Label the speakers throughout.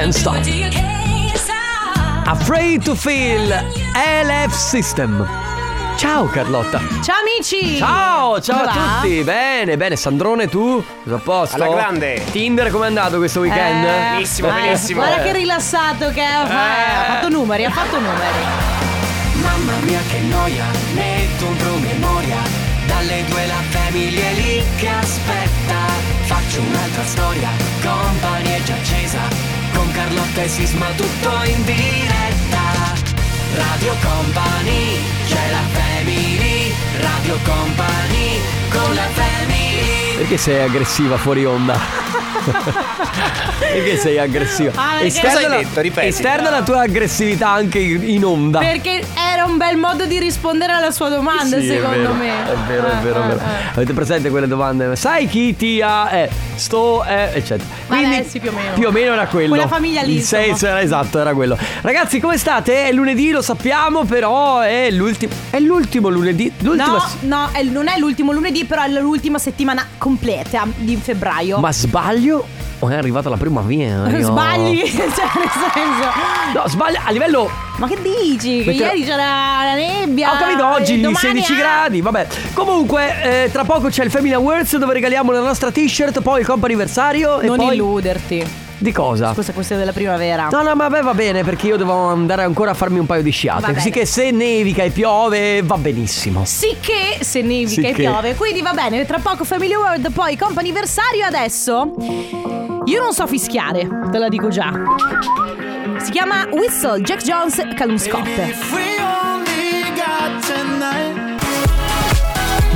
Speaker 1: Non stop. Afraid to feel LF System. Ciao Carlotta.
Speaker 2: Ciao amici!
Speaker 1: Ciao, ciao
Speaker 2: Come va?
Speaker 1: a tutti. Bene, bene. Sandrone, tu? Tutto a posto?
Speaker 3: Alla grande.
Speaker 1: Tinder, com'è andato questo weekend?
Speaker 2: Eh,
Speaker 3: Benissimo,
Speaker 2: eh,
Speaker 3: benissimo.
Speaker 2: Guarda che rilassato che è,
Speaker 1: Eh.
Speaker 2: ha fatto numeri, ha fatto numeri.
Speaker 4: Mamma mia che noia, metto un promemoria Dalle due la famiglia è lì che aspetta Faccio un'altra storia, company è già accesa Con Carlotta e Sisma tutto in diretta Radio Company, c'è la family Radio Company, con la family
Speaker 1: Perché sei aggressiva fuori onda? perché sei aggressiva?
Speaker 2: Ah, perché-
Speaker 3: Cosa hai detto? Ripeti.
Speaker 1: esterna la tua aggressività anche in in onda.
Speaker 2: Perché era un bel modo di rispondere alla sua domanda,
Speaker 1: Sì, è
Speaker 2: secondo
Speaker 1: vero,
Speaker 2: me.
Speaker 1: È vero, è
Speaker 2: Eh,
Speaker 1: vero, è
Speaker 2: eh,
Speaker 1: vero.
Speaker 2: eh.
Speaker 1: Avete presente quelle domande? Sai chi ti ha. Eh, sto. eh, eccetera.
Speaker 2: Vabbè, sì, più o meno.
Speaker 1: era quello.
Speaker 2: Quella famiglia lì,
Speaker 1: Il
Speaker 2: insomma.
Speaker 1: senso era esatto, era quello. Ragazzi, come state? È lunedì, lo sappiamo, però è l'ultimo. È l'ultimo lunedì. L'ultimo.
Speaker 2: No, no, è- non è l'ultimo lunedì, però è l'ultima settimana completa di febbraio.
Speaker 1: Ma sbaglio? O è arrivata la primavera? Io-
Speaker 2: Sbagli, cioè nel senso.
Speaker 1: No, sbaglio a livello.
Speaker 2: Ma che dici? Che
Speaker 1: Metterò-
Speaker 2: ieri c'era la nebbia.
Speaker 1: Ho capito,
Speaker 2: e
Speaker 1: oggi
Speaker 2: domani
Speaker 1: 16
Speaker 2: ah.
Speaker 1: gradi, vabbè. Comunque, eh, tra poco c'è il Family Awards dove regaliamo la nostra t-shirt, poi il comp anniversario e
Speaker 2: Non
Speaker 1: poi... Ah.
Speaker 2: illuderti.
Speaker 1: Di cosa?
Speaker 2: Questa questione della primavera.
Speaker 1: No, no, ma beh, va bene perché io devo andare ancora a farmi un paio di
Speaker 2: Va
Speaker 1: sciate. Così
Speaker 2: bene.
Speaker 1: che se nevica e piove va benissimo.
Speaker 2: Sicché se nevica
Speaker 1: Sì
Speaker 2: e
Speaker 1: che.
Speaker 2: piove. Quindi va bene, tra poco Family World, poi comp'anniversario adesso. Io non so fischiare, te la dico già. Si chiama Whistle, Jack Jones, Calum Scott.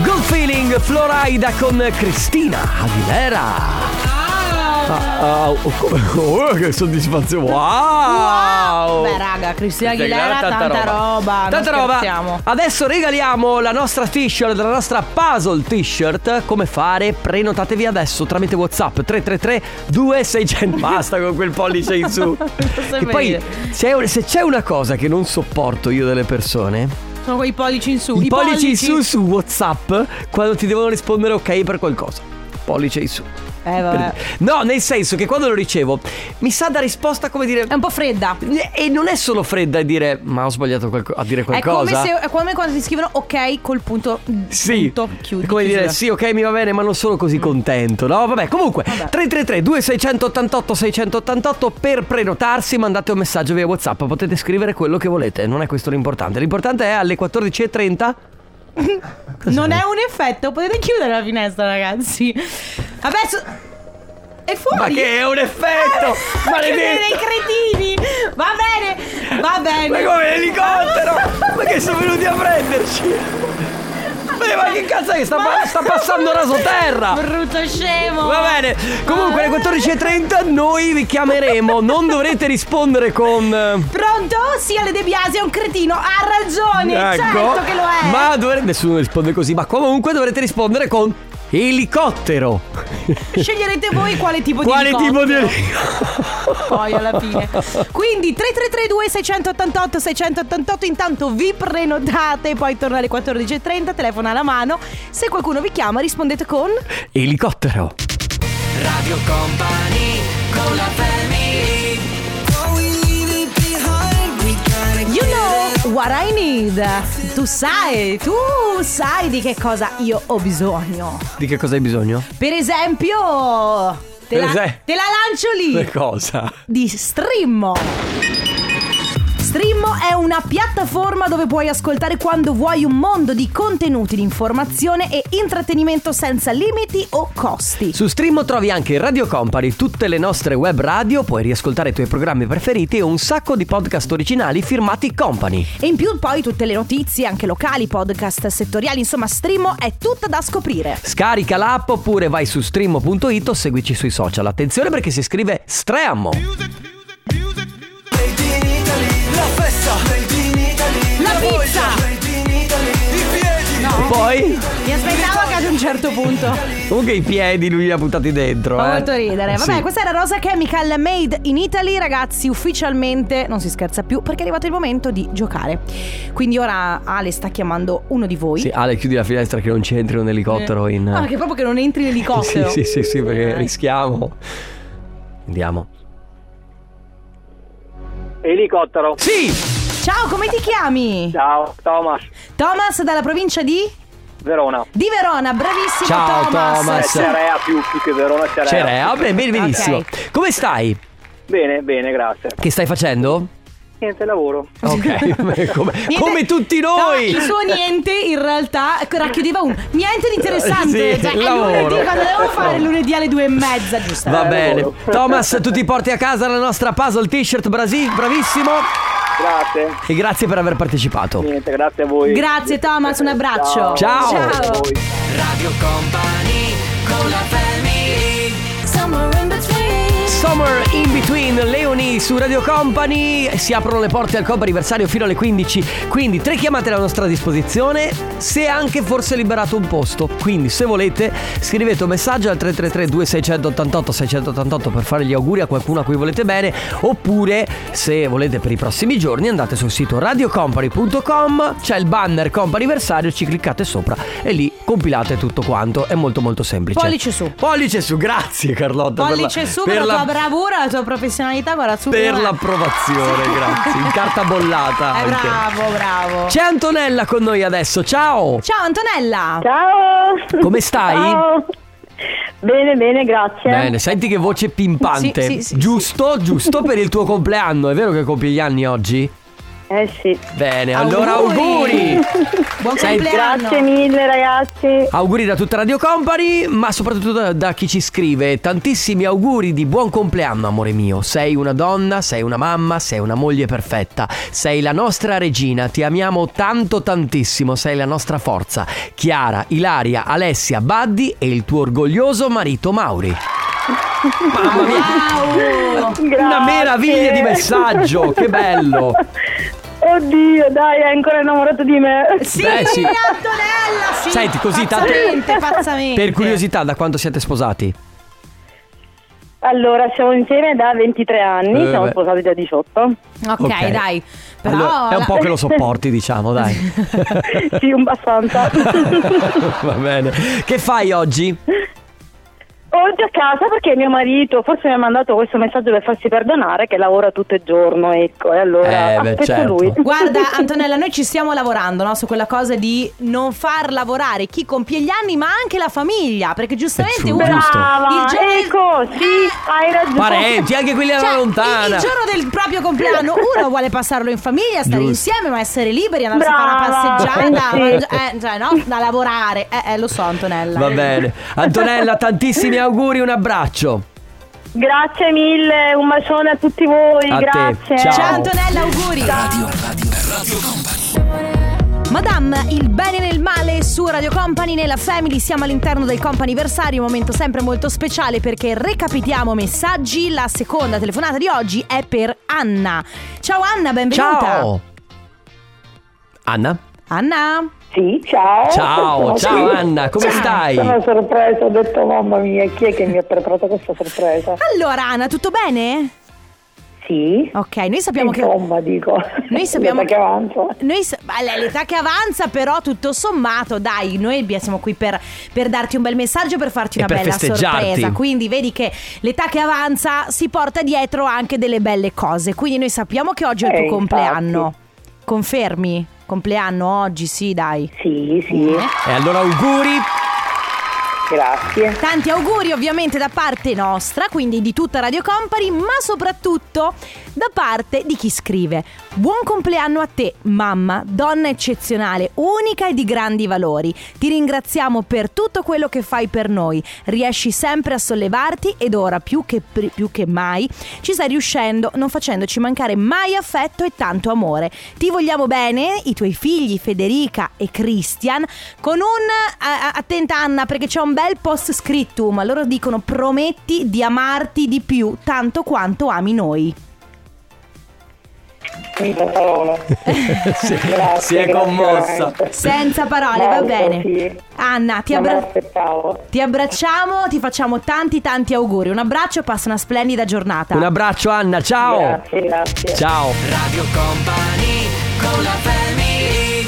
Speaker 1: Good feeling, Florida con Cristina Aguilera. Ah, ah, oh, come- oh, che soddisfazione! Wow!
Speaker 2: Beh raga, Cristina Aguilera, tanta, roba. non
Speaker 1: Tanta roba.
Speaker 2: scherziamo.
Speaker 1: Adesso regaliamo la nostra t-shirt, la nostra puzzle t-shirt. Come fare? Prenotatevi adesso tramite WhatsApp 333 2600. Basta con quel pollice in su.
Speaker 2: posso
Speaker 1: E poi
Speaker 2: vedere.
Speaker 1: se, se c'è una cosa che non sopporto io delle persone
Speaker 2: Sono quei pollici in su.
Speaker 1: i pollici in su su WhatsApp quando ti devono rispondere ok per qualcosa. Pollice in su.
Speaker 2: Eh vabbè.
Speaker 1: Per- No, nel senso che quando lo ricevo mi sa da risposta come dire
Speaker 2: È un po' fredda.
Speaker 1: e non è solo fredda e dire ma ho sbagliato qualco- a dire
Speaker 2: È
Speaker 1: qualcosa.
Speaker 2: come, se, è come quando ti scrivono ok col punto.
Speaker 1: Sì,
Speaker 2: Punto, chiudi, Mm.
Speaker 1: È come dire
Speaker 2: chiusura.
Speaker 1: sì ok mi va bene ma non sono così contento no vabbè comunque 333 2688 688 per prenotarsi mandate un messaggio via whatsapp potete scrivere quello che volete non è questo l'importante l'importante è alle 14.30
Speaker 2: Non è un effetto, potete chiudere la finestra, ragazzi. Adesso è fuori.
Speaker 1: Ma che è un effetto!
Speaker 2: Ma Eh, che siete
Speaker 1: Maledetto!
Speaker 2: dei cretini! Va bene,
Speaker 1: Ma
Speaker 2: va bene.
Speaker 1: come l'elicottero! Ma che sono venuti a prenderci? Ma ma che cazzo è che sta, pa- sta passando raso terra?
Speaker 2: Brutto scemo.
Speaker 1: Va bene, comunque alle 14.30 noi vi chiameremo, non dovrete rispondere con... eh,
Speaker 2: Pronto? Sì, Ale De Biasi è un cretino. Ha ragione. certo che lo è.
Speaker 1: Ecco. Ma dovrete... Nessuno risponde così, ma comunque dovrete rispondere con... Elicottero!
Speaker 2: Sceglierete voi quale tipo
Speaker 1: Quale
Speaker 2: di
Speaker 1: tipo di...
Speaker 2: elicottero
Speaker 1: elicottero?
Speaker 2: Poi alla fine. Quindi 3332 688 688 intanto vi prenotate, poi torna alle 14:30, telefono alla mano. Se qualcuno vi chiama rispondete con
Speaker 1: Elicottero!
Speaker 4: Radio Company, con la family
Speaker 2: You know what I need. Tu sai, tu sai di che cosa io ho bisogno.
Speaker 1: Di che cosa hai bisogno?
Speaker 2: Per esempio, te,
Speaker 1: Per
Speaker 2: la,
Speaker 1: esempio.
Speaker 2: te la lancio
Speaker 1: Che
Speaker 2: lì
Speaker 1: cosa?
Speaker 2: di Strimmo. Strimmo è una piattaforma dove puoi ascoltare quando vuoi un mondo di contenuti di informazione e intrattenimento senza limiti o costi.
Speaker 1: Su Stream trovi anche Radio Company, tutte le nostre web radio, puoi riascoltare i tuoi programmi preferiti e un sacco di podcast originali firmati Company.
Speaker 2: E in più poi tutte le notizie, anche locali, podcast settoriali, insomma Strimmo è tutta da scoprire.
Speaker 1: Scarica l'app oppure vai su stream.it o seguici sui social. Attenzione perché si scrive Streammo.
Speaker 4: Made in Italy, la festa Made in Italy,
Speaker 2: La
Speaker 4: voglia.
Speaker 2: pizza.
Speaker 4: Made in Italy, i piedi
Speaker 1: Poi,
Speaker 2: Mi aspettavo che ad un certo punto.
Speaker 1: comunque i piedi lui li ha buttati dentro.
Speaker 2: Fa
Speaker 1: eh.
Speaker 2: molto ridere. Vabbè,
Speaker 1: Sì.
Speaker 2: questa era Rosa Chemical Made in Italy, ragazzi. Ufficialmente non si scherza più perché è arrivato il momento di giocare. Quindi ora Ale sta chiamando uno di voi.
Speaker 1: Sì, Ale, chiudi la finestra che non ci entri un elicottero in.
Speaker 2: Ah, che proprio che non entri in
Speaker 1: sì,
Speaker 2: elicottero.
Speaker 1: sì, sì, sì, perché
Speaker 2: Eh.
Speaker 1: rischiamo. Andiamo.
Speaker 3: Elicottero.
Speaker 1: Sì!
Speaker 2: Ciao, come ti chiami?
Speaker 3: Ciao, Thomas.
Speaker 2: Thomas dalla provincia di?
Speaker 3: Verona.
Speaker 2: Di Verona, bravissimo
Speaker 1: Ciao,
Speaker 3: Eh,
Speaker 1: Thomas. Sì.
Speaker 3: Cerea più, più che Verona, Cerea.
Speaker 1: Cerea, bene, bene, benissimo. Come stai?
Speaker 3: Bene, bene, grazie.
Speaker 1: Che stai facendo?
Speaker 3: Niente lavoro.
Speaker 1: Ok, come,
Speaker 2: Niente-
Speaker 1: come tutti
Speaker 2: No,
Speaker 1: noi.
Speaker 2: il suo niente in realtà racchiudeva un niente di interessante.
Speaker 1: Sì,
Speaker 2: cioè, è
Speaker 1: lavoro.
Speaker 2: lunedì, quando devo fare lunedì alle due e mezza, giusto?
Speaker 1: Va
Speaker 3: Eh,
Speaker 1: bene.
Speaker 3: lavoro.
Speaker 1: Thomas, tu ti porti a casa la nostra puzzle t-shirt Brasi, bravissimo.
Speaker 3: Grazie.
Speaker 1: E grazie per aver partecipato.
Speaker 3: Niente, grazie a voi.
Speaker 2: Grazie, Thomas, un abbraccio.
Speaker 3: Ciao.
Speaker 1: Ciao.
Speaker 3: A
Speaker 2: Ciao.
Speaker 3: voi.
Speaker 4: Radio Company con la family Somewhere in between
Speaker 1: Summer in between Leoni su Radio Company si aprono le porte al Coppa anniversario fino alle 15 quindi tre chiamate alla nostra disposizione se anche forse liberato un posto quindi se volete scrivete un messaggio al 333 2688 688 per fare gli auguri a qualcuno a cui volete bene oppure se volete per i prossimi giorni andate sul sito radiocompany.com c'è il banner Coppa anniversario ci cliccate sopra e lì compilate tutto quanto è molto molto semplice
Speaker 2: Pollice su.
Speaker 1: pollice su grazie Carlotta Esatto, per la-
Speaker 2: Pollice su
Speaker 1: per
Speaker 2: per la
Speaker 1: la-
Speaker 2: tua bravura, la tua professionalità, guarda Eh, subito.
Speaker 1: per l'approvazione, grazie. In carta bollata
Speaker 2: Eh,
Speaker 1: anche.
Speaker 2: bravo, bravo.
Speaker 1: C'è Antonella con noi adesso. Ciao!
Speaker 2: Ciao Antonella.
Speaker 5: Ciao!
Speaker 1: Come stai?
Speaker 5: Ciao. Bene, bene, grazie.
Speaker 1: Bene, senti che voce pimpante.
Speaker 2: Sì, sì, sì,
Speaker 1: giusto, giusto per il tuo compleanno. È vero che compi gli anni oggi?
Speaker 5: Eh sì.
Speaker 1: Bene, allora auguri!
Speaker 2: Buon
Speaker 1: Sei-
Speaker 2: compleanno.
Speaker 5: Grazie mille ragazzi.
Speaker 1: Auguri da tutta Radio Company, ma soprattutto da, da chi ci scrive. Tantissimi auguri di buon compleanno, amore mio. Sei una donna, sei una mamma, sei una moglie perfetta. Sei la nostra regina, ti amiamo tanto tantissimo, sei la nostra forza. Chiara, Ilaria, Alessia, Baddi e il tuo orgoglioso marito Mauri. Mamma mia!
Speaker 2: Wow.
Speaker 5: Grazie.
Speaker 1: Una meraviglia di messaggio, che bello!
Speaker 5: Oddio, dai, è ancora innamorato di me.
Speaker 2: Sì,
Speaker 1: Beh, sì.
Speaker 2: Antonella, sì.
Speaker 1: Senti, così, tanto-
Speaker 2: pazzamente, pazzamente.
Speaker 1: Per curiosità, da quanto siete sposati?
Speaker 5: Allora, siamo insieme da 23 anni,
Speaker 1: Eh,
Speaker 5: siamo
Speaker 1: beh.
Speaker 5: sposati da 18.
Speaker 2: Ok,
Speaker 1: Ok.
Speaker 2: dai. Però
Speaker 1: Allora, è un
Speaker 2: la-
Speaker 1: po' che lo sopporti, diciamo, dai.
Speaker 5: sì, abbastanza.
Speaker 1: Va bene. Che fai oggi?
Speaker 5: Oggi a casa perché mio marito forse mi ha mandato questo messaggio per farsi perdonare che lavora tutto il giorno, ecco, e allora
Speaker 1: Eh, beh,
Speaker 5: aspetto
Speaker 1: certo.
Speaker 5: lui.
Speaker 2: Guarda Antonella, noi ci stiamo lavorando no? su quella cosa di non far lavorare chi compie gli anni ma anche la famiglia, perché giustamente
Speaker 1: Giù,
Speaker 2: uno...
Speaker 1: giù. Giusto.
Speaker 5: Brava,
Speaker 2: Il genere-
Speaker 5: ecco, sì,
Speaker 2: Ah!
Speaker 5: hai ragione.
Speaker 1: Parenti, anche quelli alla
Speaker 2: Cioè, il,
Speaker 1: lontana.
Speaker 2: il giorno del proprio compleanno uno vuole passarlo in famiglia, stare
Speaker 1: Giusto.
Speaker 2: insieme, ma essere liberi, andarsi a
Speaker 5: Brava,
Speaker 2: fare una passeggiata,
Speaker 5: sì.
Speaker 2: mangi- eh, cioè, no? da lavorare. Eh, eh, lo so Antonella.
Speaker 1: Va bene. Antonella, tantissimi auguri, un abbraccio.
Speaker 5: Grazie mille, un bacione a tutti voi,
Speaker 1: A te,
Speaker 5: grazie.
Speaker 1: ciao.
Speaker 2: Ciao Cioè, Antonella, auguri. Madame, il bene nel male su Radio Company nella Family, siamo all'interno del companiversario, un momento sempre molto speciale perché recapitiamo messaggi, la seconda telefonata di oggi è per Anna. Ciao Anna, benvenuta.
Speaker 1: Ciao. Anna?
Speaker 2: Anna.
Speaker 6: Sì, ciao.
Speaker 1: Ciao,
Speaker 6: Sono
Speaker 1: ciao
Speaker 6: qui.
Speaker 1: Anna, come stai?
Speaker 6: Sono sorpresa, ho detto mamma mia, chi è che mi ha preparato questa sorpresa?
Speaker 2: Allora Anna, tutto bene?
Speaker 6: Sì.
Speaker 2: Ok, noi sappiamo che...
Speaker 6: Insomma, dico.
Speaker 2: Noi sappiamo
Speaker 6: Guarda che avanzo.
Speaker 2: Noi sa- Beh, l'età che avanza, però tutto sommato, dai, noi abbia- siamo qui per, per darti un bel messaggio, per farti
Speaker 1: E
Speaker 2: una
Speaker 1: per
Speaker 2: bella
Speaker 1: festeggiarti.
Speaker 2: sorpresa. Quindi vedi che l'età che avanza si porta dietro anche delle belle cose. Quindi noi sappiamo che oggi è il
Speaker 6: Eh,
Speaker 2: tuo
Speaker 6: infatti.
Speaker 2: compleanno. Confermi? Compleanno oggi, sì, dai.
Speaker 6: Sì,
Speaker 2: Eh.
Speaker 6: sì,
Speaker 1: E allora auguri.
Speaker 6: grazie.
Speaker 2: Tanti auguri ovviamente da parte nostra, quindi di tutta Radio Company, ma soprattutto da parte di chi scrive. Buon compleanno a te, mamma, donna eccezionale, unica e di grandi valori. Ti ringraziamo per tutto quello che fai per noi. Riesci sempre a sollevarti ed ora più che, pri- più che mai ci stai riuscendo, non facendoci mancare mai affetto e tanto amore. Ti vogliamo bene, i tuoi figli Federica e Christian, con un... a- a- attenta Anna perché c'è un bel post scriptum, loro dicono prometti di amarti di più tanto quanto ami noi.
Speaker 6: Mille parole.
Speaker 1: Si,
Speaker 6: Grazie,
Speaker 1: si è
Speaker 6: grazie,
Speaker 1: commossa.
Speaker 6: veramente.
Speaker 2: Senza parole, va
Speaker 6: Molto,
Speaker 2: bene.
Speaker 6: sì.
Speaker 2: Anna, Ah, ti,
Speaker 6: Non me
Speaker 2: abbra-
Speaker 6: l'aspettavo.
Speaker 2: ti abbracciamo, ti facciamo tanti tanti auguri. Un abbraccio e passa una splendida giornata.
Speaker 1: Un abbraccio Anna, ciao.
Speaker 6: Grazie, grazie.
Speaker 1: Ciao.
Speaker 4: Radio Company con la family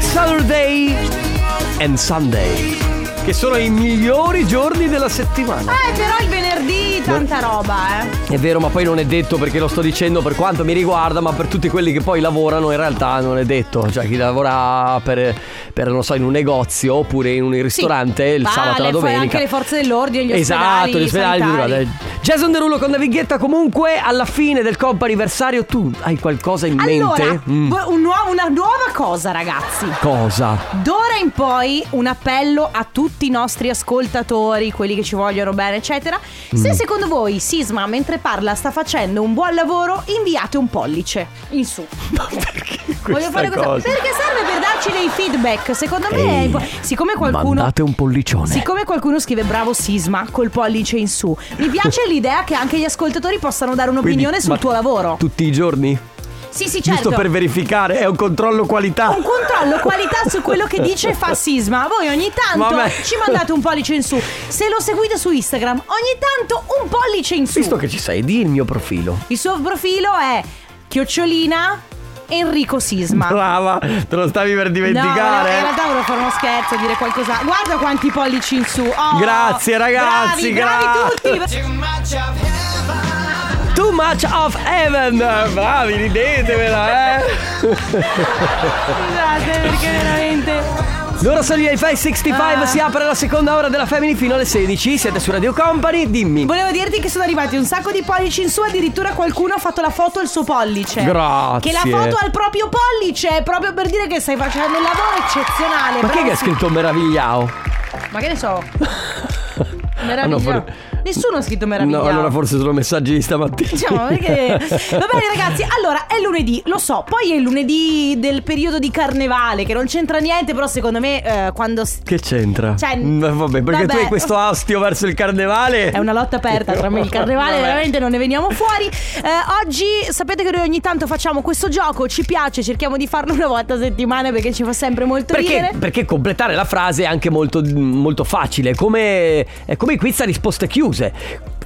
Speaker 1: Saturday and Sunday. Che che sono i migliori giorni della settimana.
Speaker 2: Eh, però il venerdì tanta roba, eh.
Speaker 1: È vero, ma poi non è detto perché lo sto dicendo per quanto mi riguarda, ma per tutti quelli che poi lavorano in realtà non è detto. Cioè chi lavora per, per, non so, in un negozio oppure in un ristorante il
Speaker 2: vale,
Speaker 1: sabato e la
Speaker 2: poi
Speaker 1: domenica.
Speaker 2: anche le forze dell'ordine, gli
Speaker 1: Esatto,
Speaker 2: ospedali,
Speaker 1: gli ospedali.
Speaker 2: sanitari.
Speaker 1: eh. Jason Derulo con la vighetta comunque alla fine del comp anniversario tu hai qualcosa in
Speaker 2: Allora,
Speaker 1: mente? Mm.
Speaker 2: vo- un nuovo- una nuova cosa, ragazzi.
Speaker 1: Cosa?
Speaker 2: D'ora in poi un appello a tutti i nostri ascoltatori, quelli che ci vogliono bene, eccetera.
Speaker 1: Mm.
Speaker 2: Se secondo voi Sisma mentre parla sta facendo un buon lavoro, inviate un pollice in su.
Speaker 1: Questa cosa?
Speaker 2: Perché serve per darci dei feedback. Secondo me è
Speaker 1: Ehi,
Speaker 2: impo- siccome qualcuno
Speaker 1: Mandate un pollicione.
Speaker 2: Siccome qualcuno scrive bravo Sisma col pollice in su, mi piace l'idea che anche gli ascoltatori possano dare
Speaker 1: Quindi,
Speaker 2: un'opinione
Speaker 1: ma
Speaker 2: sul tuo lavoro.
Speaker 1: Tutti i giorni?
Speaker 2: Sì, sì, certo.
Speaker 1: Giusto per verificare, è un controllo qualità.
Speaker 2: un controllo qualità su quello che dice e fa Sisma. Voi ogni tanto
Speaker 1: Vabbè.
Speaker 2: ci mandate un pollice in su. Se lo seguite su Instagram, ogni tanto un pollice in su.
Speaker 1: Visto che ci sei, di il mio profilo.
Speaker 2: Il suo profilo è chiocciolina Enrico Sisma.
Speaker 1: Brava, te lo stavi per
Speaker 2: No,
Speaker 1: dimenticare. eh?
Speaker 2: no, in realtà volevo fare uno scherzo, dire qualcosa. Guarda quanti pollici in su. Oh,
Speaker 1: Grazie, ragazzi,
Speaker 2: Bravi, bravi
Speaker 1: grazie.
Speaker 2: tutti.
Speaker 1: Too much of heaven. Bravi, ridetevela, eh.
Speaker 2: Scusate perché veramente.
Speaker 1: Loro sono gli Hi-Fi 65,
Speaker 2: Ah.
Speaker 1: si apre la seconda ora della Family fino alle 16. Siete su Radio Company, dimmi.
Speaker 2: Volevo dirti che sono arrivati un sacco di pollici in su, addirittura qualcuno ha fatto la foto al suo pollice.
Speaker 1: Grazie.
Speaker 2: Che la foto al proprio pollice, proprio per dire che stai facendo un lavoro eccezionale.
Speaker 1: Ma chi è
Speaker 2: bravo,
Speaker 1: che ha
Speaker 2: sì.
Speaker 1: scritto meravigliao?
Speaker 2: Ma che ne so?
Speaker 1: Ah, no,
Speaker 2: Meravigliao.
Speaker 1: for-
Speaker 2: Nessuno ha scritto meravigliao.
Speaker 1: No, allora forse sono messaggi di stamattina.
Speaker 2: Diciamo perché. Va bene, ragazzi. Allora, è lunedì, lo so. Poi è il lunedì del periodo di carnevale, che non c'entra niente, però secondo me eh, quando. s-
Speaker 1: Che c'entra?
Speaker 2: Cioè,
Speaker 1: Mm, vabbè, perché tu
Speaker 2: vabbè.
Speaker 1: hai questo astio verso il carnevale.
Speaker 2: È una lotta aperta tra me e il carnevale,
Speaker 1: Vabbè.
Speaker 2: veramente non ne veniamo fuori. Eh, oggi sapete che noi ogni tanto facciamo questo gioco, ci piace, cerchiamo di farlo una volta a settimana perché ci fa sempre molto
Speaker 1: Perché,
Speaker 2: ridere.
Speaker 1: perché completare la frase è anche molto, molto facile, è come, è come i quiz a risposte chiuse.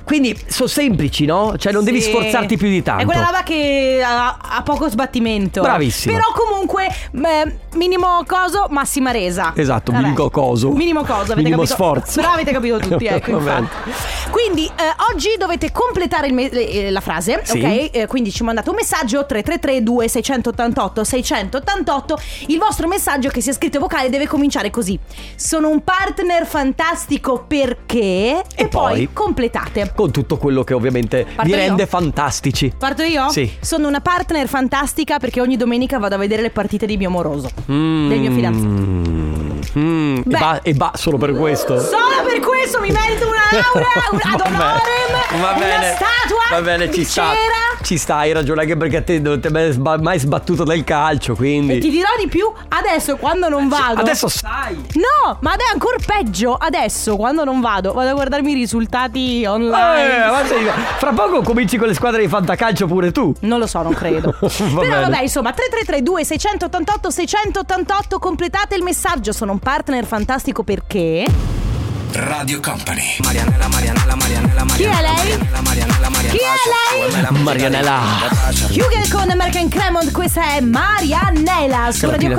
Speaker 1: Quindi sono semplici, no? Cioè non devi
Speaker 2: Sì.
Speaker 1: sforzarti più di tanto.
Speaker 2: È quella roba che ha, ha poco sbattimento.
Speaker 1: Bravissima.
Speaker 2: Però comunque eh, minimo coso, massima resa.
Speaker 1: Esatto,
Speaker 2: Vabbè.
Speaker 1: minimo coso.
Speaker 2: Minimo coso, avete
Speaker 1: Minimo
Speaker 2: capito?
Speaker 1: sforzo.
Speaker 2: Però avete capito tutti, ecco,
Speaker 1: Va bene.
Speaker 2: infatti. Quindi eh, oggi dovete completare il me- eh, la frase,
Speaker 1: Sì.
Speaker 2: ok? Eh, quindi ci mandate un messaggio 333 2688 688. Il vostro messaggio che sia scritto vocale deve cominciare così. Sono un partner fantastico perché
Speaker 1: poi?
Speaker 2: e, poi completate.
Speaker 1: Con tutto quello che ovviamente
Speaker 2: Parto
Speaker 1: vi
Speaker 2: io?
Speaker 1: rende fantastici.
Speaker 2: Parto io?
Speaker 1: Sì.
Speaker 2: Sono una partner fantastica perché ogni domenica vado a vedere le partite di mio moroso.
Speaker 1: Mm.
Speaker 2: Del mio fidanzato.
Speaker 1: Mm. E,
Speaker 2: Beh.
Speaker 1: ba- e ba- solo per questo.
Speaker 2: Solo per questo mi merito una laurea, un ad
Speaker 1: Ecco. Va bene.
Speaker 2: honorem,
Speaker 1: Va
Speaker 2: una
Speaker 1: bene.
Speaker 2: statua.
Speaker 1: Va bene, ci
Speaker 2: di
Speaker 1: sta.
Speaker 2: cera.
Speaker 1: Ci sta, hai ragione anche perché a te non ti è mai sba- mai sbattuto dal calcio, quindi...
Speaker 2: E ti dirò di più adesso quando non vado.
Speaker 1: Eh, Adesso Eh, sai.
Speaker 2: No, ma è ancora peggio adesso quando non vado. Vado a guardarmi i risultati online.
Speaker 1: Eh, ma sei- Fra poco cominci con le squadre di fantacalcio pure tu.
Speaker 2: Non lo so, non credo.
Speaker 1: Va bene.
Speaker 2: Però vabbè, insomma, 3332 688 688 completate il messaggio. Sono un partner fantastico perché
Speaker 4: Radio Company. Marianella, Marianella, Marianella,
Speaker 2: Chi è lei?
Speaker 4: Marianella, Marianella.
Speaker 2: Chi è lei?
Speaker 1: Marianella.
Speaker 2: Hugel con American Cremont, questa è Marianella su Radio
Speaker 1: Carlottina,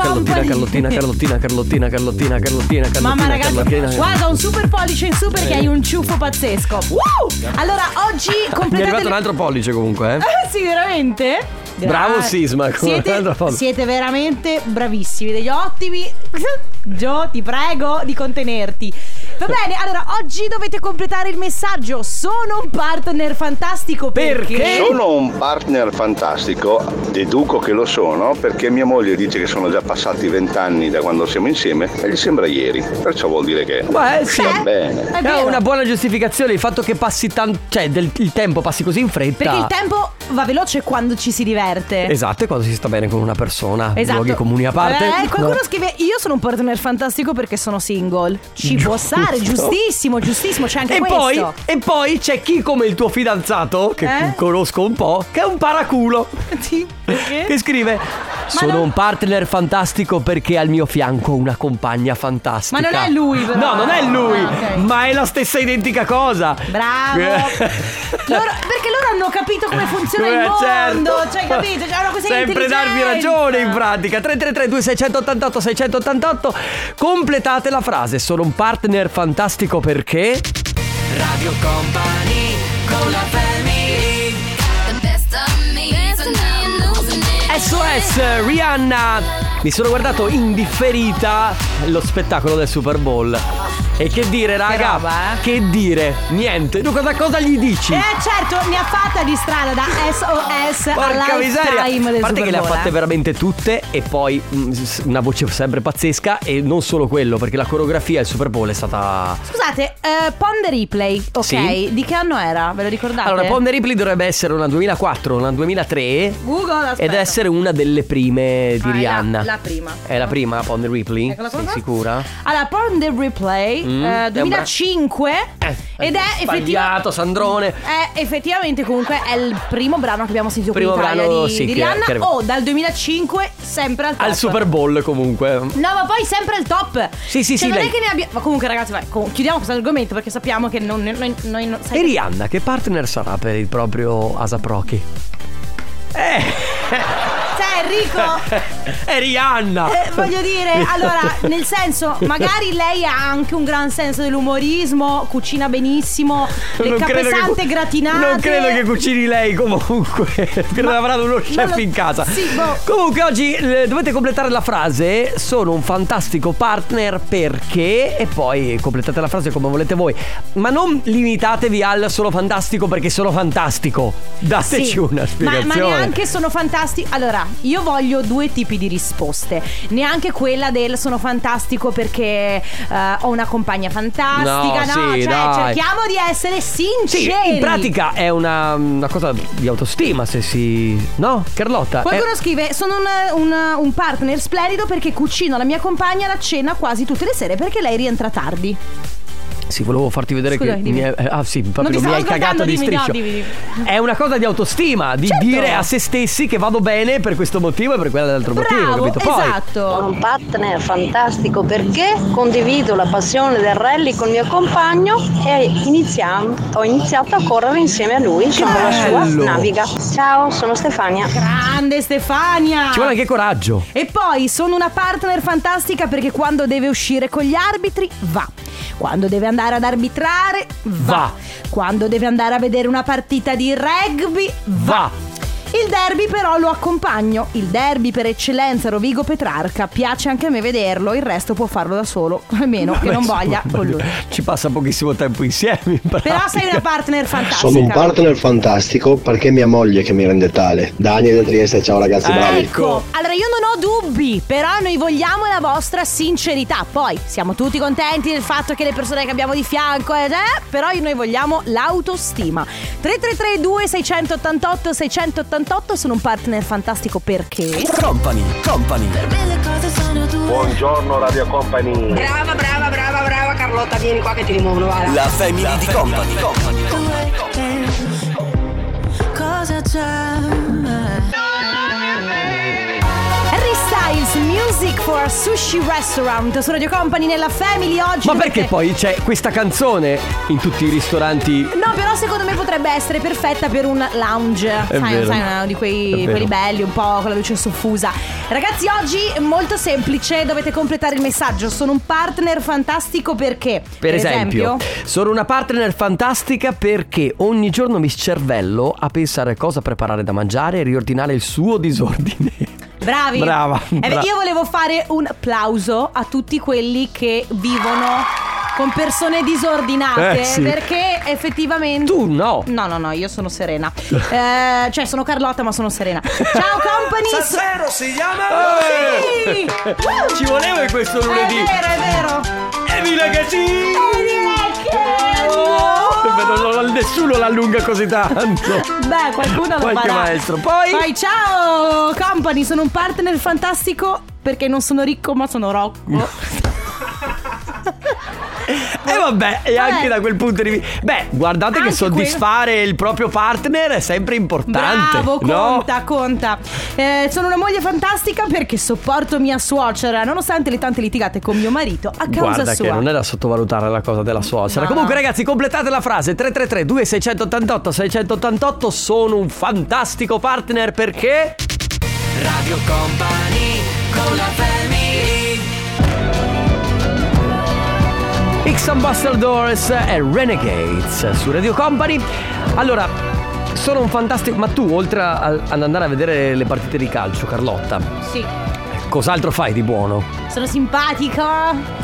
Speaker 1: Carlottina,
Speaker 2: Company.
Speaker 1: Carlottina, Carlottina, Carlottina, Carlottina, Carlottina, Carlottina.
Speaker 2: Mamma ragazzi,
Speaker 1: Carlottina.
Speaker 2: guarda un super pollice in su perché hai un ciuffo pazzesco. Wow! Allora, oggi
Speaker 1: Eh. Mi è
Speaker 2: completate
Speaker 1: arrivato un altro pollice comunque, eh.
Speaker 2: Ah, sì, veramente?
Speaker 1: Bravo,
Speaker 2: Gra-
Speaker 1: Sisma, come un'altra
Speaker 2: Siete,
Speaker 1: volta.
Speaker 2: siete veramente bravissimi, degli ottimi. Gio, ti prego di contenerti. Va bene, allora oggi dovete completare il messaggio. Sono un partner fantastico perché.
Speaker 1: Perché?
Speaker 7: Sono un partner fantastico, deduco che lo sono perché mia moglie dice che sono già passati vent'anni da quando siamo insieme e gli sembra ieri, perciò vuol dire che...
Speaker 1: Beh, sì.
Speaker 7: Va bene.
Speaker 2: eh, È
Speaker 1: È,
Speaker 2: vero.
Speaker 1: una buona giustificazione il fatto che passi tanto. Cioè, del- il tempo passi così in fretta.
Speaker 2: Perché il tempo va veloce quando ci si diverte.
Speaker 1: Esatto, e quando si sta bene con una persona, luoghi comuni a parte.
Speaker 2: Esatto. Eh, qualcuno
Speaker 1: No.
Speaker 2: scrive: Io sono un partner fantastico perché sono single. Ci può stare, giustissimo, giustissimo. C'è anche
Speaker 1: E
Speaker 2: questo.
Speaker 1: poi, e poi c'è chi come il tuo fidanzato, che
Speaker 2: Eh?
Speaker 1: conosco un po', che è un paraculo.
Speaker 2: Sì, perché?
Speaker 1: Che scrive: Sono
Speaker 2: non-
Speaker 1: un partner fantastico perché al mio fianco ho una compagna fantastica.
Speaker 2: Ma non è lui, però.
Speaker 1: No, non è lui,
Speaker 2: Ah, ok.
Speaker 1: ma è la stessa identica cosa.
Speaker 2: Bravo! Loro- perché loro hanno capito come funziona Cioè, il
Speaker 1: Eh,
Speaker 2: mondo.
Speaker 1: certo.
Speaker 2: Cioè, capito? Cioè, hanno così
Speaker 1: Sempre darvi ragione in pratica. 333 2688 688 Completate la frase. Sono un partner fantastico perché
Speaker 4: Radio Company con la family
Speaker 1: SOS Rihanna. Mi sono guardato indifferita lo spettacolo del Super Bowl. E che dire, raga?
Speaker 2: roba, eh?
Speaker 1: Che dire? Niente. Tu cosa, cosa gli dici?
Speaker 2: Eh certo, ne ha fatta di strada da SOS
Speaker 1: Porca
Speaker 2: alla
Speaker 1: miseria!
Speaker 2: lifetime
Speaker 1: A
Speaker 2: del
Speaker 1: parte
Speaker 2: Super
Speaker 1: che le ha
Speaker 2: Bowl,
Speaker 1: fatte
Speaker 2: eh.
Speaker 1: veramente tutte e poi mm, s- una voce sempre pazzesca e non solo quello, perché la coreografia del Super Bowl è stata
Speaker 2: Scusate, eh, Pond Replay, ok?
Speaker 1: Sì.
Speaker 2: Di che anno era? Ve lo ricordate?
Speaker 1: Allora, Pond Ripley dovrebbe essere una 2004, una 2003
Speaker 2: Google, aspetta.
Speaker 1: ed essere una delle prime di
Speaker 2: Ah, è la-
Speaker 1: Rihanna.
Speaker 2: la prima. Ecco
Speaker 1: È la prima Pond Ripley?
Speaker 2: Eccola qua.
Speaker 1: Sei sicura?
Speaker 2: Allora, Pond Replay,
Speaker 1: Mm,
Speaker 2: eh,
Speaker 1: è un bra-
Speaker 2: 2005
Speaker 1: Eh,
Speaker 2: ed è effettivamente
Speaker 1: Sbagliato, Sandrone.
Speaker 2: Eh, effettivamente comunque è il primo brano che abbiamo sentito
Speaker 1: Primo
Speaker 2: qui in Italia
Speaker 1: brano,
Speaker 2: di,
Speaker 1: sì,
Speaker 2: di
Speaker 1: che-
Speaker 2: Rihanna
Speaker 1: che arriva.
Speaker 2: o dal 2005 sempre al top.
Speaker 1: Al Super Bowl comunque.
Speaker 2: No, ma poi sempre al top.
Speaker 1: Sì, sì, sì,
Speaker 2: Cioè, Non
Speaker 1: lei-
Speaker 2: è che ne abbia. Ma comunque, ragazzi, vai, co- chiudiamo questo argomento perché sappiamo che non, noi, noi non- sai-
Speaker 1: E Rihanna che partner sarà per il proprio Asaprochi? Eh!
Speaker 2: Cioè, Enrico.
Speaker 1: È Rihanna!
Speaker 2: eh, voglio dire, allora, nel senso, magari lei ha anche un gran senso dell'umorismo, cucina benissimo, le
Speaker 1: credo che-
Speaker 2: capesante gratinate.
Speaker 1: Non credo che cucini lei comunque. Credo avrà uno chef
Speaker 2: lo-
Speaker 1: in casa.
Speaker 2: sì, boh.
Speaker 1: Comunque oggi eh, dovete completare la frase. Sono un fantastico partner perché. E poi completate la frase come volete voi. Ma non limitatevi al solo fantastico perché sono fantastico.
Speaker 2: Sì.
Speaker 1: Dateci una
Speaker 2: ma,
Speaker 1: spiegazione.
Speaker 2: ma neanche sono fantastico. Allora, io voglio due tipi di risposte. Neanche quella del sono fantastico perché eh, ho una compagna fantastica.
Speaker 1: No,
Speaker 2: No,
Speaker 1: sì,
Speaker 2: cioè,
Speaker 1: dai.
Speaker 2: cerchiamo di essere
Speaker 1: Sì,
Speaker 2: sinceri.
Speaker 1: in pratica è una, una cosa di autostima se si... No, Carlotta? è-
Speaker 2: Qualcuno scrive: Sono un, un- un partner splendido perché cucino la mia compagna la cena quasi tutte le sere perché lei rientra tardi.
Speaker 1: Sì, volevo farti vedere
Speaker 2: Scusa,
Speaker 1: che mi
Speaker 2: dimmi.
Speaker 1: è- eh, ah, sì,
Speaker 2: Non ti
Speaker 1: proprio mi
Speaker 2: stavo
Speaker 1: hai cagato
Speaker 2: ascoltando,
Speaker 1: di
Speaker 2: dimmi, no,
Speaker 1: striscio.
Speaker 2: dimmi, dimmi.
Speaker 1: È una cosa di autostima, di
Speaker 2: Certo.
Speaker 1: dire a se stessi che vado bene per questo motivo e per quell'altro motivo,
Speaker 2: Bravo,
Speaker 1: capito? Poi
Speaker 2: esatto.
Speaker 8: Sono un partner fantastico perché condivido la passione del rally con il mio compagno e iniziamo, ho iniziato a correre insieme a lui. Sono la sua
Speaker 1: bello.
Speaker 8: naviga. Ciao, sono Stefania.
Speaker 2: Grande Stefania.
Speaker 1: ci vuole anche coraggio.
Speaker 2: E poi sono una partner fantastica perché quando deve uscire con gli arbitri va. Quando deve andare ad arbitrare va.
Speaker 1: Va.
Speaker 2: Quando deve andare a vedere una partita di rugby va.
Speaker 1: Va.
Speaker 2: Il derby però lo accompagno. Il derby per eccellenza Rovigo Petrarca. Piace anche a me vederlo, il resto può farlo da solo, a meno che non voglia con lui.
Speaker 1: Ci passa pochissimo tempo insieme. in
Speaker 2: Però
Speaker 1: pratica.
Speaker 2: sei una partner fantastica.
Speaker 9: Sono un partner fantastico perché mia moglie che mi rende tale. Daniel da Trieste, ciao ragazzi, bravi.
Speaker 2: Ecco,
Speaker 1: Certo.
Speaker 2: allora io non ho dubbi, però noi vogliamo la vostra sincerità. Poi siamo tutti contenti del fatto che le persone che abbiamo di fianco, eh, eh, però noi vogliamo l'autostima. 3332 688 688 sono un partner fantastico perché...
Speaker 1: Company, company.
Speaker 7: Buongiorno Radio Company.
Speaker 8: Brava, brava, brava, brava Carlotta, vieni qua che ti rimuovono, va.
Speaker 1: La family di company.
Speaker 10: Cosa c'è?
Speaker 2: Harry Styles, Music for Sushi Restaurant su Radio Company nella Family oggi.
Speaker 1: Ma
Speaker 2: dovete-
Speaker 1: perché poi c'è questa canzone in tutti i ristoranti?
Speaker 2: No, però secondo me potrebbe essere perfetta per un lounge.
Speaker 1: È
Speaker 2: sai,
Speaker 1: vero.
Speaker 2: sai, uno di
Speaker 1: È
Speaker 2: quei,
Speaker 1: vero.
Speaker 2: quelli belli, un po' con la luce soffusa. Ragazzi, oggi è molto semplice, dovete completare il messaggio. Sono un partner fantastico perché.
Speaker 1: Per esempio, sono una partner fantastica perché ogni giorno mi scervello a pensare a cosa preparare da mangiare e riordinare il suo disordine.
Speaker 2: Bravi.
Speaker 1: Brava,
Speaker 2: Eh beh,
Speaker 1: bra-
Speaker 2: io volevo fare un applauso a tutti quelli che vivono con persone disordinate
Speaker 1: Eh, sì.
Speaker 2: perché effettivamente
Speaker 1: Tu no.
Speaker 2: No, no, no, io sono serena. Eh, cioè, sono Carlotta, ma sono serena. Ciao, company.
Speaker 1: si chiama
Speaker 2: Sì!
Speaker 1: Eh. Ci voleva in questo lunedì
Speaker 2: È vero, è vero.
Speaker 1: Ehi ragazzi
Speaker 2: E direi che
Speaker 1: Beh,
Speaker 2: no.
Speaker 1: Oh, non- non- Nessuno l'allunga così tanto
Speaker 2: Beh, qualcuno lo
Speaker 1: Qualche
Speaker 2: farà.
Speaker 1: maestro. Poi?
Speaker 2: ciao, company, sono un partner fantastico perché non sono ricco, ma sono rocco.
Speaker 1: E vabbè, e anche da quel punto di vista. Beh, guardate
Speaker 2: Anche
Speaker 1: che soddisfare il proprio partner è sempre importante.
Speaker 2: Bravo,
Speaker 1: no?
Speaker 2: conta, conta. Eh, sono una moglie fantastica perché sopporto mia suocera, nonostante le tante litigate con mio marito a causa
Speaker 1: Guarda
Speaker 2: sua.
Speaker 1: che non è da sottovalutare la cosa della suocera.
Speaker 2: No.
Speaker 1: Comunque ragazzi, completate la frase 333 2688 688 sono un fantastico partner perché
Speaker 4: Radio Company con la family
Speaker 1: X Ambassador Doors e Renegades su Radio Company. Allora, sono un fantastico, ma tu oltre a- ad andare a vedere le partite di calcio, Carlotta,
Speaker 2: Sì,
Speaker 1: cos'altro fai di buono?
Speaker 2: sono simpatica.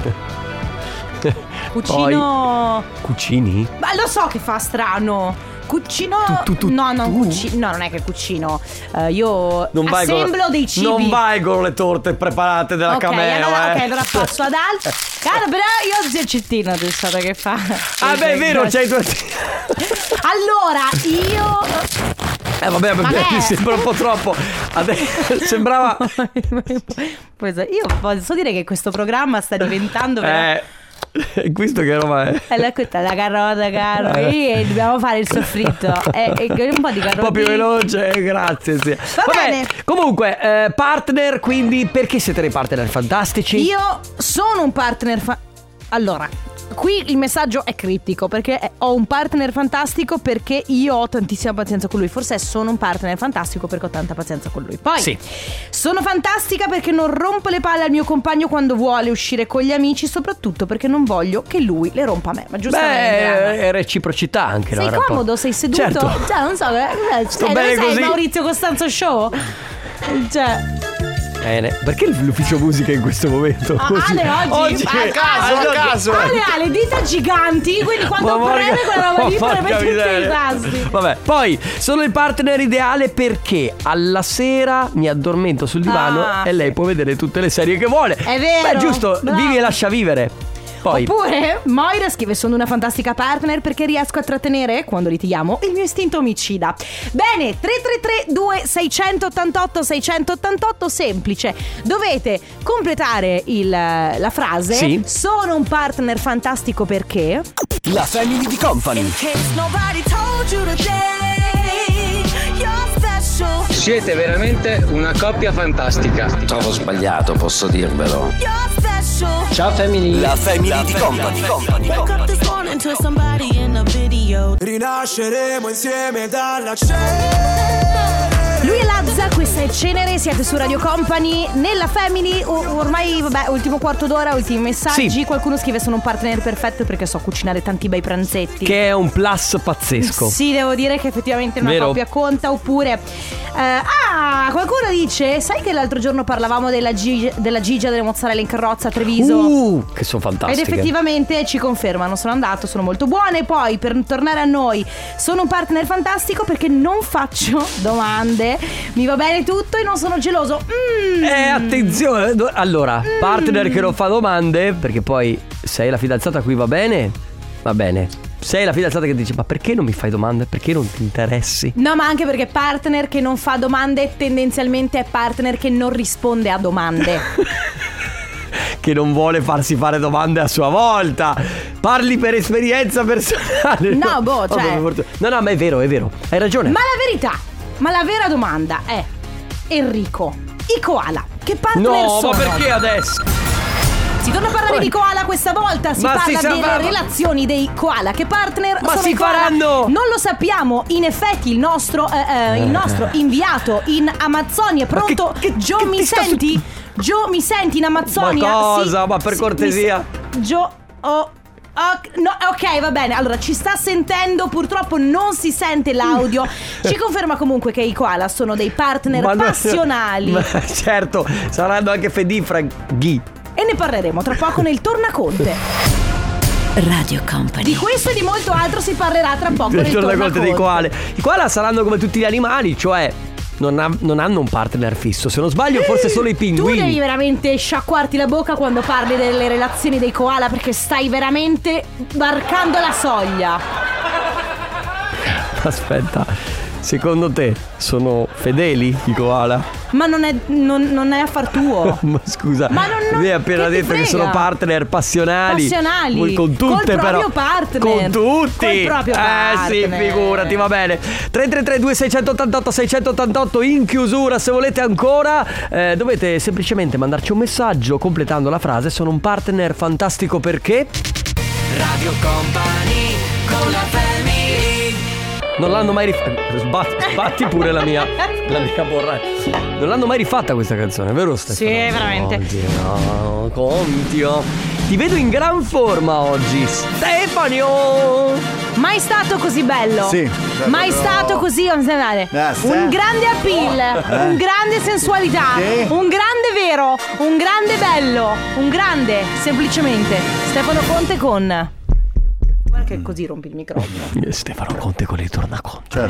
Speaker 2: Cucino.
Speaker 1: Poi, cucini?
Speaker 2: Ma lo so che fa strano. Cucino.
Speaker 1: Tu, tu, tu,
Speaker 2: no, non
Speaker 1: tu.
Speaker 2: cucino. No, non è che cucino. Eh, io assemblo
Speaker 1: con,
Speaker 2: dei cibi.
Speaker 1: Non vai con le torte preparate della
Speaker 2: Ok,
Speaker 1: camera.
Speaker 2: allora,
Speaker 1: eh.
Speaker 2: ok, allora passo ad Al. Cara, però io ho zercettino adesso sai che fa.
Speaker 1: Ah beh è vero, c'hai due...
Speaker 2: Allora, io.
Speaker 1: Eh vabbè, vabbè,
Speaker 2: Vabbè.
Speaker 1: mi sembra un po' troppo. Adesso sembrava...
Speaker 2: Poi sai, Io posso dire che questo programma sta diventando. vera- Eh,
Speaker 1: Eh, questo che roba è?
Speaker 2: Allora, questa è la carota, caro. E dobbiamo fare il soffritto. E, e Eh, un po' di
Speaker 1: Eh. Un po' più
Speaker 2: carotine.
Speaker 1: veloce, eh, grazie. Sì.
Speaker 2: Va
Speaker 1: Vabbè,
Speaker 2: bene.
Speaker 1: comunque, eh, partner, quindi perché siete dei partner fantastici?
Speaker 2: Io sono un partner fa- Allora, qui il messaggio è criptico perché è- ho un partner fantastico perché io ho tantissima pazienza con lui. Forse è sono un partner fantastico perché ho tanta pazienza con lui. Poi
Speaker 1: Sì.
Speaker 2: sono fantastica perché non rompo le palle al mio compagno quando vuole uscire con gli amici, soprattutto perché non voglio che lui le rompa a me. Ma giustamente.
Speaker 1: Beh,
Speaker 2: Anna.
Speaker 1: è reciprocità anche. no,
Speaker 2: sei
Speaker 1: il rapporto.
Speaker 2: comodo, sei seduto.
Speaker 1: Certo.
Speaker 2: Cioè, non so, eh,
Speaker 1: Sto
Speaker 2: eh,
Speaker 1: bene
Speaker 2: dove sei
Speaker 1: così.
Speaker 2: Maurizio Costanzo Show? Cioè.
Speaker 1: Bene, Eh, perché l'ufficio musica in questo momento?
Speaker 2: Ah,
Speaker 1: Così.
Speaker 2: Ale oggi, a caso,
Speaker 1: oggi-
Speaker 2: a caso. Ale ha le dita giganti, quindi
Speaker 1: Ma
Speaker 2: quando
Speaker 1: porca-
Speaker 2: preme quella roba lì
Speaker 1: porca
Speaker 2: preme tutti i
Speaker 1: miseria.
Speaker 2: tasti.
Speaker 1: Vabbè, poi sono il partner ideale perché alla sera mi addormento sul divano
Speaker 2: Ah,
Speaker 1: e lei può vedere tutte le serie che vuole.
Speaker 2: È vero,
Speaker 1: Beh, giusto,
Speaker 2: bravo.
Speaker 1: vivi e lascia vivere. Poi
Speaker 2: Oppure Moira scrive sono una fantastica partner perché riesco a trattenere quando litighiamo il mio istinto omicida. Bene, 333 2688 688 semplice. Dovete completare il- la frase
Speaker 1: Sì.
Speaker 2: sono un partner fantastico perché
Speaker 1: la family di company.
Speaker 11: Siete veramente una coppia fantastica. Trovo sbagliato, posso dirvelo. Ciao family. La family di company.
Speaker 10: Wake up this morning to somebody in a video.
Speaker 12: Rinasceremo insieme dalla
Speaker 2: Lui è Lazza, questa è Cenere, siete su Radio Company, nella Family, o- ormai vabbè, ultimo quarto d'ora, ultimi messaggi,
Speaker 1: Sì.
Speaker 2: qualcuno scrive sono un partner perfetto perché so cucinare tanti bei pranzetti.
Speaker 1: Che è un plus pazzesco.
Speaker 2: Sì, devo dire che effettivamente una
Speaker 1: Vero.
Speaker 2: coppia conta, oppure... eh, ah, qualcuno dice, sai che l'altro giorno parlavamo della, gi- della Gigia delle mozzarella in carrozza a Treviso?
Speaker 1: Uh, che sono
Speaker 2: Ed
Speaker 1: fantastiche.
Speaker 2: effettivamente ci confermano, sono andato, sono molto buone. Poi per tornare a noi, sono un partner fantastico perché non faccio domande, mi va bene tutto e non sono geloso. Mm.
Speaker 1: Eh, attenzione. do- Allora, partner che non fa domande, perché poi sei la fidanzata a cui va bene, va bene. Sei la fidanzata che dice, ma perché non mi fai domande? Perché non ti interessi?
Speaker 2: No, ma anche perché partner che non fa domande tendenzialmente è partner che non risponde a domande.
Speaker 1: Che non vuole farsi fare domande a sua volta. Parli per esperienza personale.
Speaker 2: No, boh,
Speaker 1: Oh,
Speaker 2: cioè-
Speaker 1: per fortuna. No, no, ma è vero, è vero. Hai ragione.
Speaker 2: ma la verità, ma la vera domanda è Enrico, i koala, che partner
Speaker 1: No,
Speaker 2: sono?
Speaker 1: ma perché adesso?
Speaker 2: Si torna a parlare di koala questa volta, si
Speaker 1: Ma si
Speaker 2: parla
Speaker 1: sa-
Speaker 2: delle
Speaker 1: ma-
Speaker 2: relazioni dei koala. Che partner
Speaker 1: Ma
Speaker 2: sono
Speaker 1: si
Speaker 2: i koala?
Speaker 1: faranno?
Speaker 2: Non lo sappiamo, in effetti il nostro, eh, eh, il
Speaker 1: Eh.
Speaker 2: nostro inviato in Amazzonia, pronto? Gio mi senti? Gio mi senti in Amazzonia?
Speaker 1: Ma cosa?
Speaker 2: Sì,
Speaker 1: Ma per
Speaker 2: sì,
Speaker 1: cortesia.
Speaker 2: mi se- Gio, oh... oh, no, ok, va bene. Allora, ci sta sentendo. Purtroppo non si sente l'audio. Ci conferma comunque che i koala sono dei partner
Speaker 1: Ma no-
Speaker 2: passionali.
Speaker 1: Ma certo, saranno anche fedifraghi.
Speaker 2: E ne parleremo tra poco nel Tornaconte.
Speaker 10: Radio Company.
Speaker 2: Di questo e di molto altro si parlerà tra poco nel
Speaker 1: Torna
Speaker 2: Tornaconte
Speaker 1: conto dei koala. I koala saranno come tutti gli animali, cioè non, ha- non hanno un partner fisso. Se non sbaglio, forse solo i
Speaker 2: Tu devi
Speaker 1: pinguini.
Speaker 2: veramente sciacquarti la bocca quando parli delle relazioni dei koala perché stai veramente varcando la soglia.
Speaker 1: Aspetta. Secondo te sono fedeli i koala?
Speaker 2: Ma non è, non, non è affar tuo.
Speaker 1: Ma scusa,
Speaker 2: Ma non- non-
Speaker 1: lui ha appena
Speaker 2: che ti
Speaker 1: detto che
Speaker 2: frega?
Speaker 1: sono partner passionali.
Speaker 2: Passionali.
Speaker 1: Voi Con
Speaker 2: Col
Speaker 1: tutte però.
Speaker 2: proprio partner.
Speaker 1: Con tutti.
Speaker 2: Col proprio
Speaker 1: eh sì,
Speaker 2: partner.
Speaker 1: figurati, va bene. 333 2688 688 in chiusura, se volete ancora, eh, dovete semplicemente mandarci un messaggio completando la frase sono un partner fantastico perché
Speaker 4: Radio Company con la family
Speaker 1: non l'hanno mai rifatta. Sbatti, sbatti pure la mia la mia borra. Non l'hanno mai rifatta questa canzone, vero Stefano?
Speaker 2: Sì, veramente.
Speaker 1: Oggi no, Contio. Ti vedo in gran forma oggi. Stefanio!
Speaker 2: Mai stato così bello.
Speaker 1: Sì.
Speaker 2: Mai
Speaker 1: Però-
Speaker 2: stato così emozionale.
Speaker 1: Eh, sì.
Speaker 2: Un grande appeal,
Speaker 1: Eh.
Speaker 2: un grande sensualità,
Speaker 1: Sì.
Speaker 2: un grande vero, un grande bello, un grande, semplicemente. Stefano Conte con. Guarda che così rompi il microfono.
Speaker 1: Eh, Stefano Conte con il tornaconto.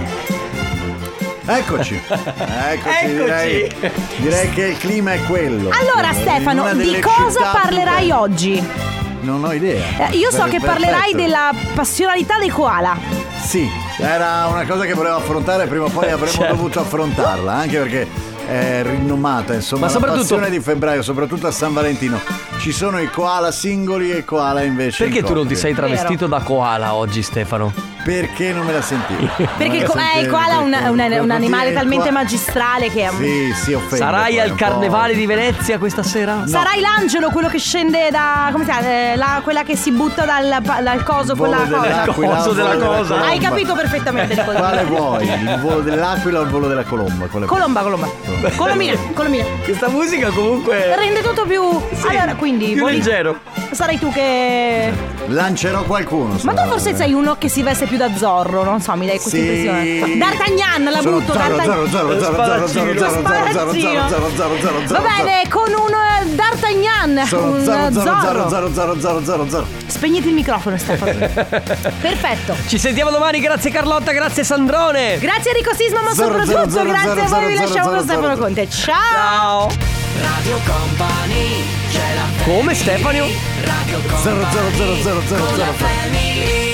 Speaker 13: Eccoci. Eccoci. Direi, direi che il clima è quello.
Speaker 2: Allora
Speaker 13: In
Speaker 2: Stefano,
Speaker 13: una
Speaker 2: di
Speaker 13: delle
Speaker 2: cosa
Speaker 13: città più
Speaker 2: parlerai
Speaker 13: belle.
Speaker 2: oggi?
Speaker 13: Non ho idea.
Speaker 2: Eh, Io so
Speaker 13: Per-
Speaker 2: che
Speaker 13: perfetto.
Speaker 2: parlerai della passionalità dei koala.
Speaker 13: Sì, era una cosa che volevo affrontare, prima o poi avremmo
Speaker 1: Certo.
Speaker 13: dovuto affrontarla, anche perché è rinomata, insomma,
Speaker 1: Ma
Speaker 13: la
Speaker 1: soprattutto-
Speaker 13: passione di febbraio, soprattutto a San Valentino. Ci sono i koala singoli e i koala invece.
Speaker 1: Perché
Speaker 13: in
Speaker 1: tu non ti
Speaker 13: coppie.
Speaker 1: sei travestito da koala oggi, Stefano?
Speaker 13: Perché non me la sentivo?
Speaker 2: Perché il, ko- eh, il koala è un, è un- è un animale talmente magistrale che.
Speaker 13: Sì, sì, offende.
Speaker 1: Sarai
Speaker 13: poi
Speaker 1: al
Speaker 13: un po'.
Speaker 1: carnevale di Venezia questa sera?
Speaker 2: Sarai l'angelo, quello che scende da. come si chiama? Eh, la- quella che si butta dal, pa- dal coso,
Speaker 13: Volo
Speaker 2: quella cosa.
Speaker 13: dell'aquila,
Speaker 1: cosa
Speaker 13: volo
Speaker 1: della cosa.
Speaker 13: colomba.
Speaker 2: Hai capito perfettamente il colomba.
Speaker 13: Quale vuoi? Il volo dell'aquila o il volo della colomba? Quale vuoi?
Speaker 2: Colomba, colomba. Colomina, colomina.
Speaker 1: Questa musica comunque.
Speaker 2: Rende tutto più. allora, quindi.
Speaker 13: più
Speaker 2: vuol-
Speaker 13: leggero.
Speaker 2: Sarai tu che.
Speaker 13: Lancerò qualcuno. eh.
Speaker 2: Ma tu forse sei uno che si veste più da zorro, non so, mi dai questa impressione. D'Artagnan, la
Speaker 13: Sono
Speaker 2: butto,
Speaker 13: Zorro,
Speaker 2: D'Artagnan.
Speaker 13: Zorro, Zorro, Zorro, Zorro, Zorro, Zorro, Zorro, Zorro, Zorro,
Speaker 2: Spadaccino.
Speaker 13: Zorro, Zorro, Zorro,
Speaker 2: Va
Speaker 13: Zorro,
Speaker 2: bene, con un eh, D'Artagnan,
Speaker 13: Zorro,
Speaker 2: un
Speaker 13: Zorro,
Speaker 2: eh,
Speaker 13: Zorro, Zorro,
Speaker 2: zorro.
Speaker 13: Zorro, Zorro, Zorro, Zorro, Zorro.
Speaker 2: Spegniti il microfono, Stefano. Perfetto.
Speaker 1: Ci sentiamo domani, grazie Carlotta, grazie Sandrone.
Speaker 2: Grazie Enrico Sisma, ma
Speaker 1: Zorro, zorro,
Speaker 2: soprattutto
Speaker 1: zorro,
Speaker 2: grazie a
Speaker 1: zorro,
Speaker 2: voi, vi
Speaker 1: zorro,
Speaker 2: lasciamo
Speaker 1: zorro,
Speaker 2: con Stefano
Speaker 1: zorro.
Speaker 2: Conte. Ciao!
Speaker 4: Radio Company c'è la
Speaker 1: Come Stefano?
Speaker 4: Radio Company
Speaker 13: Zero, zero, zero, zero, zero,
Speaker 4: con la
Speaker 13: zero.
Speaker 4: family